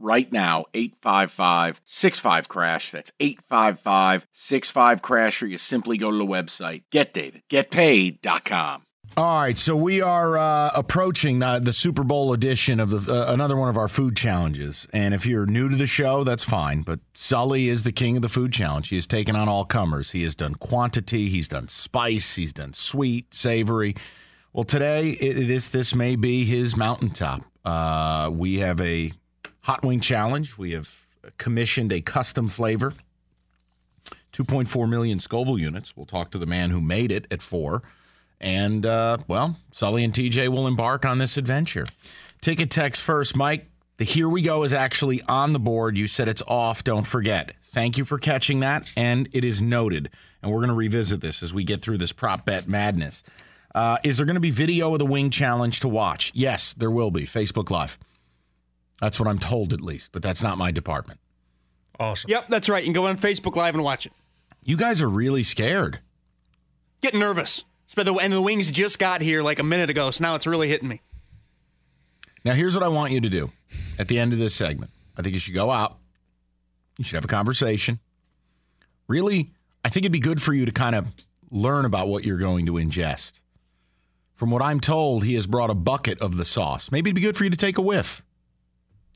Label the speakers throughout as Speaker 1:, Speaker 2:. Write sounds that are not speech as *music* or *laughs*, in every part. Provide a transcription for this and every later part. Speaker 1: right now 855 65 crash that's 855 65 crash or you simply go to the website getdavidgetpaid.com all right so we are uh, approaching uh, the super bowl edition of the uh, another one of our food challenges and if you're new to the show that's fine but sully is the king of the food challenge he has taken on all comers he has done quantity he's done spice he's done sweet savory well today it, this this may be his mountaintop uh, we have a Hot Wing Challenge. We have commissioned a custom flavor. 2.4 million Scoville units. We'll talk to the man who made it at four. And, uh, well, Sully and TJ will embark on this adventure. Take a text first. Mike, the Here We Go is actually on the board. You said it's off. Don't forget. Thank you for catching that. And it is noted. And we're going to revisit this as we get through this prop bet madness. Uh, is there going to be video of the Wing Challenge to watch? Yes, there will be. Facebook Live. That's what I'm told, at least, but that's not my department.
Speaker 2: Awesome.
Speaker 3: Yep, that's right. You can go on Facebook Live and watch it.
Speaker 1: You guys are really scared.
Speaker 3: Get nervous. But the, and the wings just got here like a minute ago, so now it's really hitting me.
Speaker 1: Now, here's what I want you to do at the end of this segment. I think you should go out, you should have a conversation. Really, I think it'd be good for you to kind of learn about what you're going to ingest. From what I'm told, he has brought a bucket of the sauce. Maybe it'd be good for you to take a whiff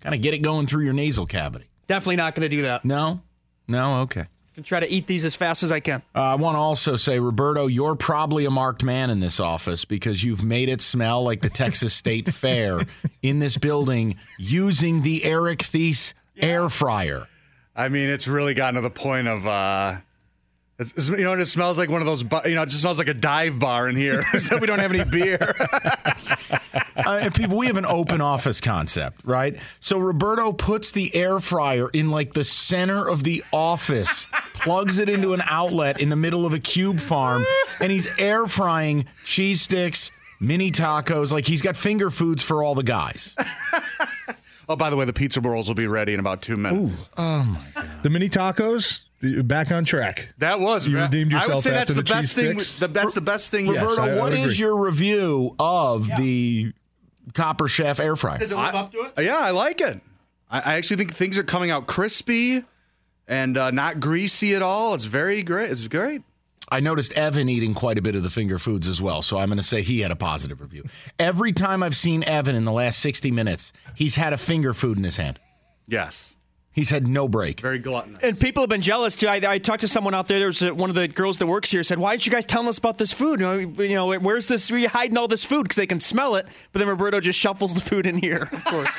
Speaker 1: kind of get it going through your nasal cavity.
Speaker 3: Definitely not going to do that.
Speaker 1: No, no, okay.
Speaker 3: Can try to eat these as fast as I can.
Speaker 1: Uh, I want to also say, Roberto, you're probably a marked man in this office because you've made it smell like the Texas State Fair in this building using the Eric Thies yeah. air fryer.
Speaker 2: I mean, it's really gotten to the point of. Uh... It's, it's, you know, it smells like one of those. You know, it just smells like a dive bar in here. *laughs* Except we don't have any
Speaker 4: *laughs*
Speaker 2: beer.
Speaker 1: uh, people, we have an open office concept, right? So Roberto puts the air fryer in like the center of the office, plugs it into an outlet in the middle of a cube farm, and he's air frying cheese sticks, mini tacos. Like he's got finger foods for all the guys.
Speaker 2: oh, by the way, the pizza rolls will be ready in about two minutes. Ooh.
Speaker 1: Oh my god!
Speaker 4: The mini tacos back on track.
Speaker 2: That was
Speaker 4: you redeemed yourself.
Speaker 2: I would say
Speaker 4: that's
Speaker 2: the,
Speaker 4: the
Speaker 2: best thing. The, that's the best thing.
Speaker 1: Roberto, yes, I, I what is your review of yeah. the Copper Chef air fryer?
Speaker 3: Does it live I, up to it?
Speaker 2: Yeah, I like it. I, actually think things are coming out crispy and uh, not greasy at all. It's very great. It's great.
Speaker 1: I noticed Evan eating quite a bit of the finger foods as well, so I'm going to say he had a positive review. Every time I've seen Evan in the last 60 minutes, he's had a finger food in his hand.
Speaker 2: Yes.
Speaker 1: He's had no break.
Speaker 2: Very gluttonous.
Speaker 3: And people have been jealous too. I, I talked to someone out there. There was uh, one of the girls that works here said, "Why aren't you guys telling us about this food? You know, you know where's this? Where you hiding all this food? Because they can smell it." But then Roberto just shuffles the food in here. Of course.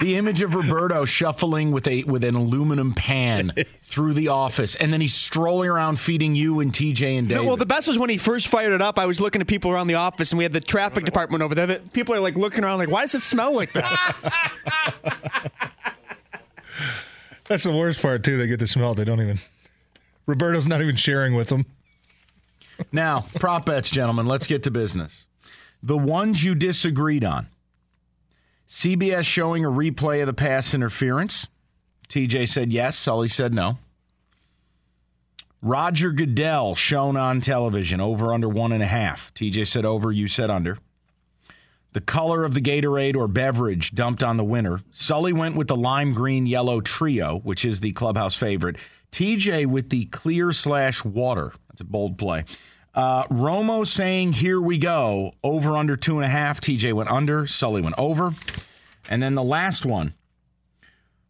Speaker 1: the image of Roberto shuffling with a with an aluminum pan through the office, and then he's strolling around feeding you and TJ and Dave.
Speaker 3: *laughs* well, the best was when he first fired it up. I was looking at people around the office, and we had the traffic department over there. That people are like looking around, like, "Why does it smell like that?"
Speaker 4: That's the worst part too. They get to smell it. They don't even. Roberto's not even sharing with them.
Speaker 1: now, prop bets, gentlemen. Let's get to business. The ones you disagreed on. CBS showing a replay of the pass interference. TJ said yes. Sully said no. Roger Goodell shown on television over under one and a half. TJ said over. You said under the color of the Gatorade or beverage dumped on the winner. Sully went with the lime green yellow trio, which is the clubhouse favorite. TJ with the clear slash water. That's a bold play. Uh, Romo saying, Here we go. Over under two and a half. TJ went under. Sully went over. And then the last one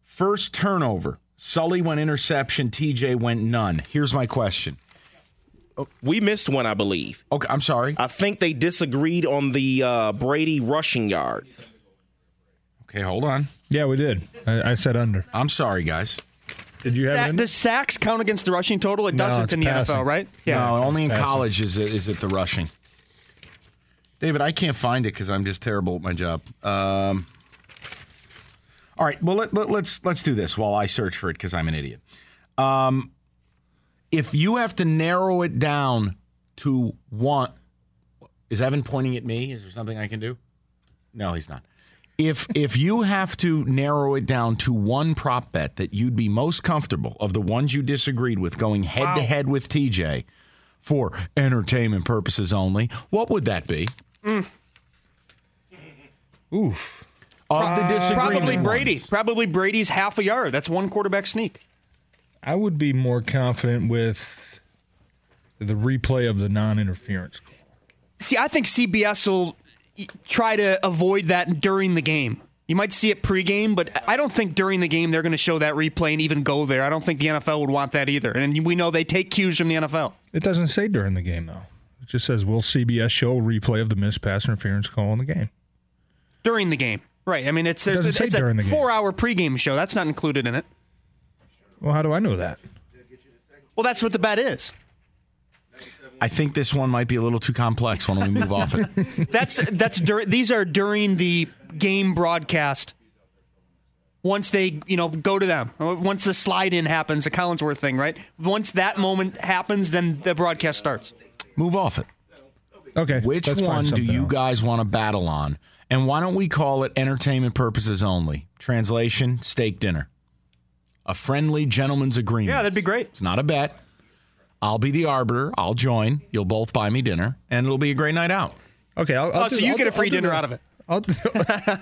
Speaker 1: first turnover. Sully went interception. TJ went none. Here's my question
Speaker 5: we missed one, I believe.
Speaker 1: Okay, I'm sorry.
Speaker 5: I think they disagreed on the uh, Brady rushing yards.
Speaker 1: Okay, hold on.
Speaker 4: Yeah, we did. I, I said under.
Speaker 1: I'm sorry, guys.
Speaker 4: Did you have?
Speaker 3: Sa- does sacks count against the rushing total? It no, doesn't in the passing. NFL, right?
Speaker 1: Yeah. No, only in passing. college is it, is it the rushing. David, I can't find it because I'm just terrible at my job. Um, all right, well let, let, let's let's do this while I search for it because I'm an idiot. Um, if you have to narrow it down to one Is Evan pointing at me? Is there something I can do? No, he's not. If if you have to narrow it down to one prop bet that you'd be most comfortable of the ones you disagreed with going head to head with TJ for entertainment purposes only, what would that be?
Speaker 3: Mm.
Speaker 4: Oof.
Speaker 1: Of the disagreement,
Speaker 3: Probably
Speaker 1: ones.
Speaker 3: Brady. Probably Brady's half a yard. That's one quarterback sneak.
Speaker 4: I would be more confident with the replay of the non-interference. call.
Speaker 3: See, I think CBS will y- try to avoid that during the game. You might see it pregame, but I don't think during the game they're going to show that replay and even go there. I don't think the NFL would want that either. And we know they take cues from the NFL.
Speaker 4: It doesn't say during the game though. It just says will CBS show a replay of the missed pass interference call in the game.
Speaker 3: During the game. Right. I mean, it's, there's,
Speaker 4: doesn't
Speaker 3: it's,
Speaker 4: say
Speaker 3: a
Speaker 4: during the game.
Speaker 3: four hour pregame show. That's not included in it.
Speaker 4: Well, how do I know that?
Speaker 3: Well, that's what the bet is.
Speaker 1: I think this one might be a little too complex. Why don't we move off it?
Speaker 3: *laughs* That's that's dur- these are during the game broadcast. Once they, you know, go to them. Once the slide in happens, the Collinsworth thing, right? Once that moment happens, then the broadcast starts.
Speaker 1: Move off it.
Speaker 4: Okay.
Speaker 1: Which
Speaker 4: let's find
Speaker 1: one do
Speaker 4: something
Speaker 1: you
Speaker 4: else.
Speaker 1: guys want to battle on? And why don't we call it entertainment purposes only? Translation: steak dinner. A friendly gentleman's agreement.
Speaker 3: Yeah, that'd be great.
Speaker 1: It's not a bet. I'll be the arbiter. I'll join. You'll both buy me dinner, and it'll be a great night out.
Speaker 4: Okay, I'll, I'll
Speaker 3: Oh, so
Speaker 4: do-
Speaker 3: you
Speaker 4: I'll
Speaker 3: get a
Speaker 4: do-
Speaker 3: free
Speaker 4: I'll do
Speaker 3: dinner
Speaker 4: that.
Speaker 3: out of it.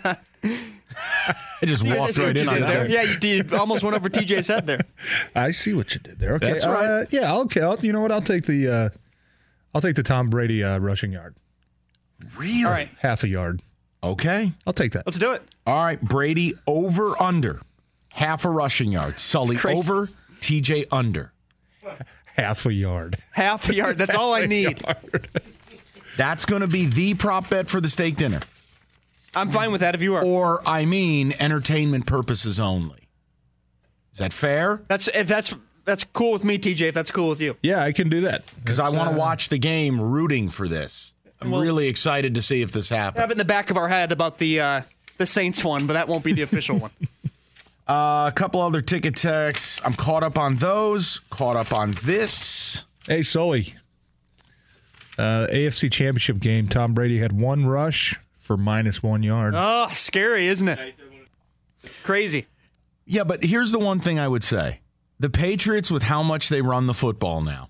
Speaker 4: I'll do-
Speaker 3: *laughs*
Speaker 1: I just walked right in on that.
Speaker 3: Yeah, you did. almost went over TJ's head there.
Speaker 4: I see what you did there. Okay,
Speaker 1: That's right.
Speaker 4: Uh, yeah, okay. I'll, you know what? I'll take the uh, I'll take the Tom Brady uh, rushing yard,
Speaker 1: Really?
Speaker 3: *laughs* All right,
Speaker 4: half a yard.
Speaker 1: Okay.
Speaker 4: I'll take that.
Speaker 3: let's do it.
Speaker 1: All right. Brady over under half a rushing yard. Sully
Speaker 3: Crazy.
Speaker 1: over. TJ under.
Speaker 4: Half a yard. *laughs*
Speaker 3: Half a yard. That's all I need.
Speaker 1: That's going to be the prop bet for the steak dinner.
Speaker 3: I'm fine with that if you are.
Speaker 1: Or I mean, entertainment purposes only. Is that fair?
Speaker 3: That's if that's that's cool with me, TJ. If that's cool with you.
Speaker 4: Yeah, I can do that.
Speaker 1: Because I want to watch the game rooting for this. I'm really excited to see if this
Speaker 3: I have
Speaker 1: happens.
Speaker 3: it in the back of our head about the uh, the Saints one, but that won't be the official one.
Speaker 1: A couple other ticket texts. I'm caught up on those, caught up on this.
Speaker 4: Hey, Sully. Uh, AFC Championship game. Tom Brady had one rush for minus one yard.
Speaker 1: Uh.
Speaker 3: Oh, scary, isn't it? Crazy.
Speaker 1: Yeah, but here's the one thing I would say the Patriots, with how much they run the football now,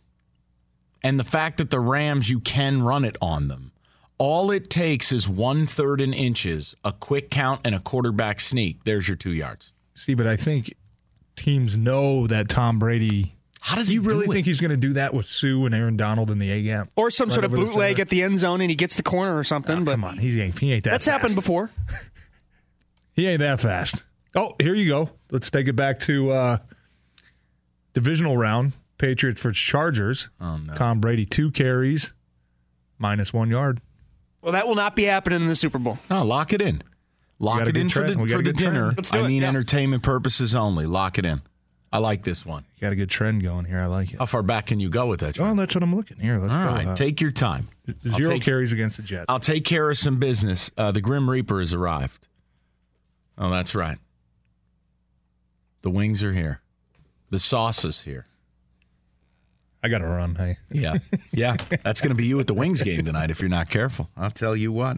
Speaker 1: and the fact that the Rams, you can run it on them. All it takes is one third in inches, a quick count, and a quarterback sneak. There's your two yards.
Speaker 4: See, but I think teams know that Tom Brady.
Speaker 1: How does
Speaker 4: Do
Speaker 1: he
Speaker 4: you really
Speaker 1: do it?
Speaker 4: think he's going to do that with Sue and Aaron Donald in the A gap?
Speaker 3: Or some
Speaker 4: Right
Speaker 3: sort of
Speaker 4: over the
Speaker 3: bootleg
Speaker 4: center.
Speaker 3: at the end zone and he gets the corner or something. but
Speaker 4: Ah, Come on, he's, he ain't that.
Speaker 3: that's
Speaker 4: fast.
Speaker 3: happened before.
Speaker 4: He ain't that fast. Oh, here you go. Let's take it back to uh, divisional round. Patriots versus Chargers.
Speaker 1: Oh, no.
Speaker 4: Tom Brady two carries, minus one yard.
Speaker 3: Well, that will not be happening in the Super Bowl.
Speaker 1: No, lock it in. Lock
Speaker 4: got a
Speaker 1: it
Speaker 4: good
Speaker 1: in for
Speaker 4: trend.
Speaker 1: the
Speaker 4: We got
Speaker 1: for the
Speaker 4: a good trend.
Speaker 1: dinner.
Speaker 3: Let's do
Speaker 1: I
Speaker 3: it,
Speaker 1: mean,
Speaker 3: yeah.
Speaker 1: entertainment purposes only. Lock it in. I like this one.
Speaker 4: You got a good trend going here. I like it.
Speaker 1: How far back can you go with that? All
Speaker 4: Well, that's what I'm looking here. Let's Oh, go.
Speaker 1: right,
Speaker 4: Uh,
Speaker 1: take your time. I'll
Speaker 4: zero
Speaker 1: take,
Speaker 4: carries against the Jets.
Speaker 1: I'll take care of some business. Uh, the Grim Reaper has arrived. Oh, that's right. The wings are here. The sauce is here.
Speaker 4: I got to run. Hey, *laughs*
Speaker 1: Yeah, yeah. That's going to be you at the wings game tonight if you're not careful. I'll tell you what.